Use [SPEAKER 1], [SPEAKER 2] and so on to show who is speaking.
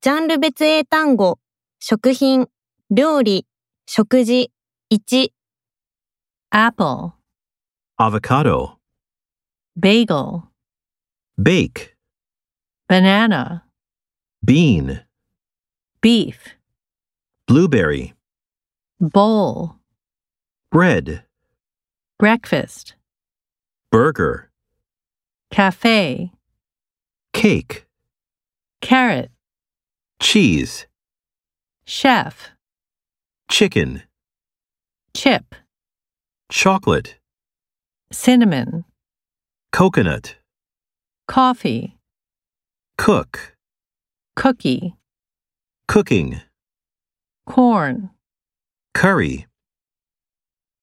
[SPEAKER 1] ジャンル別英単語、食品、料理、食事、1、
[SPEAKER 2] apple,
[SPEAKER 3] avocado,
[SPEAKER 2] bagel,
[SPEAKER 3] bake,
[SPEAKER 2] banana,
[SPEAKER 3] bean,
[SPEAKER 2] beef,
[SPEAKER 3] blueberry,
[SPEAKER 2] bowl,
[SPEAKER 3] bread,
[SPEAKER 2] breakfast,
[SPEAKER 3] burger,
[SPEAKER 2] cafe,
[SPEAKER 3] cake,
[SPEAKER 2] carrot,
[SPEAKER 3] cheese,
[SPEAKER 2] chef,
[SPEAKER 3] chicken,
[SPEAKER 2] chip,
[SPEAKER 3] chocolate,
[SPEAKER 2] cinnamon,
[SPEAKER 3] coconut,
[SPEAKER 2] coffee,
[SPEAKER 3] cook,
[SPEAKER 2] cookie,
[SPEAKER 3] cooking,
[SPEAKER 2] corn.
[SPEAKER 3] curry.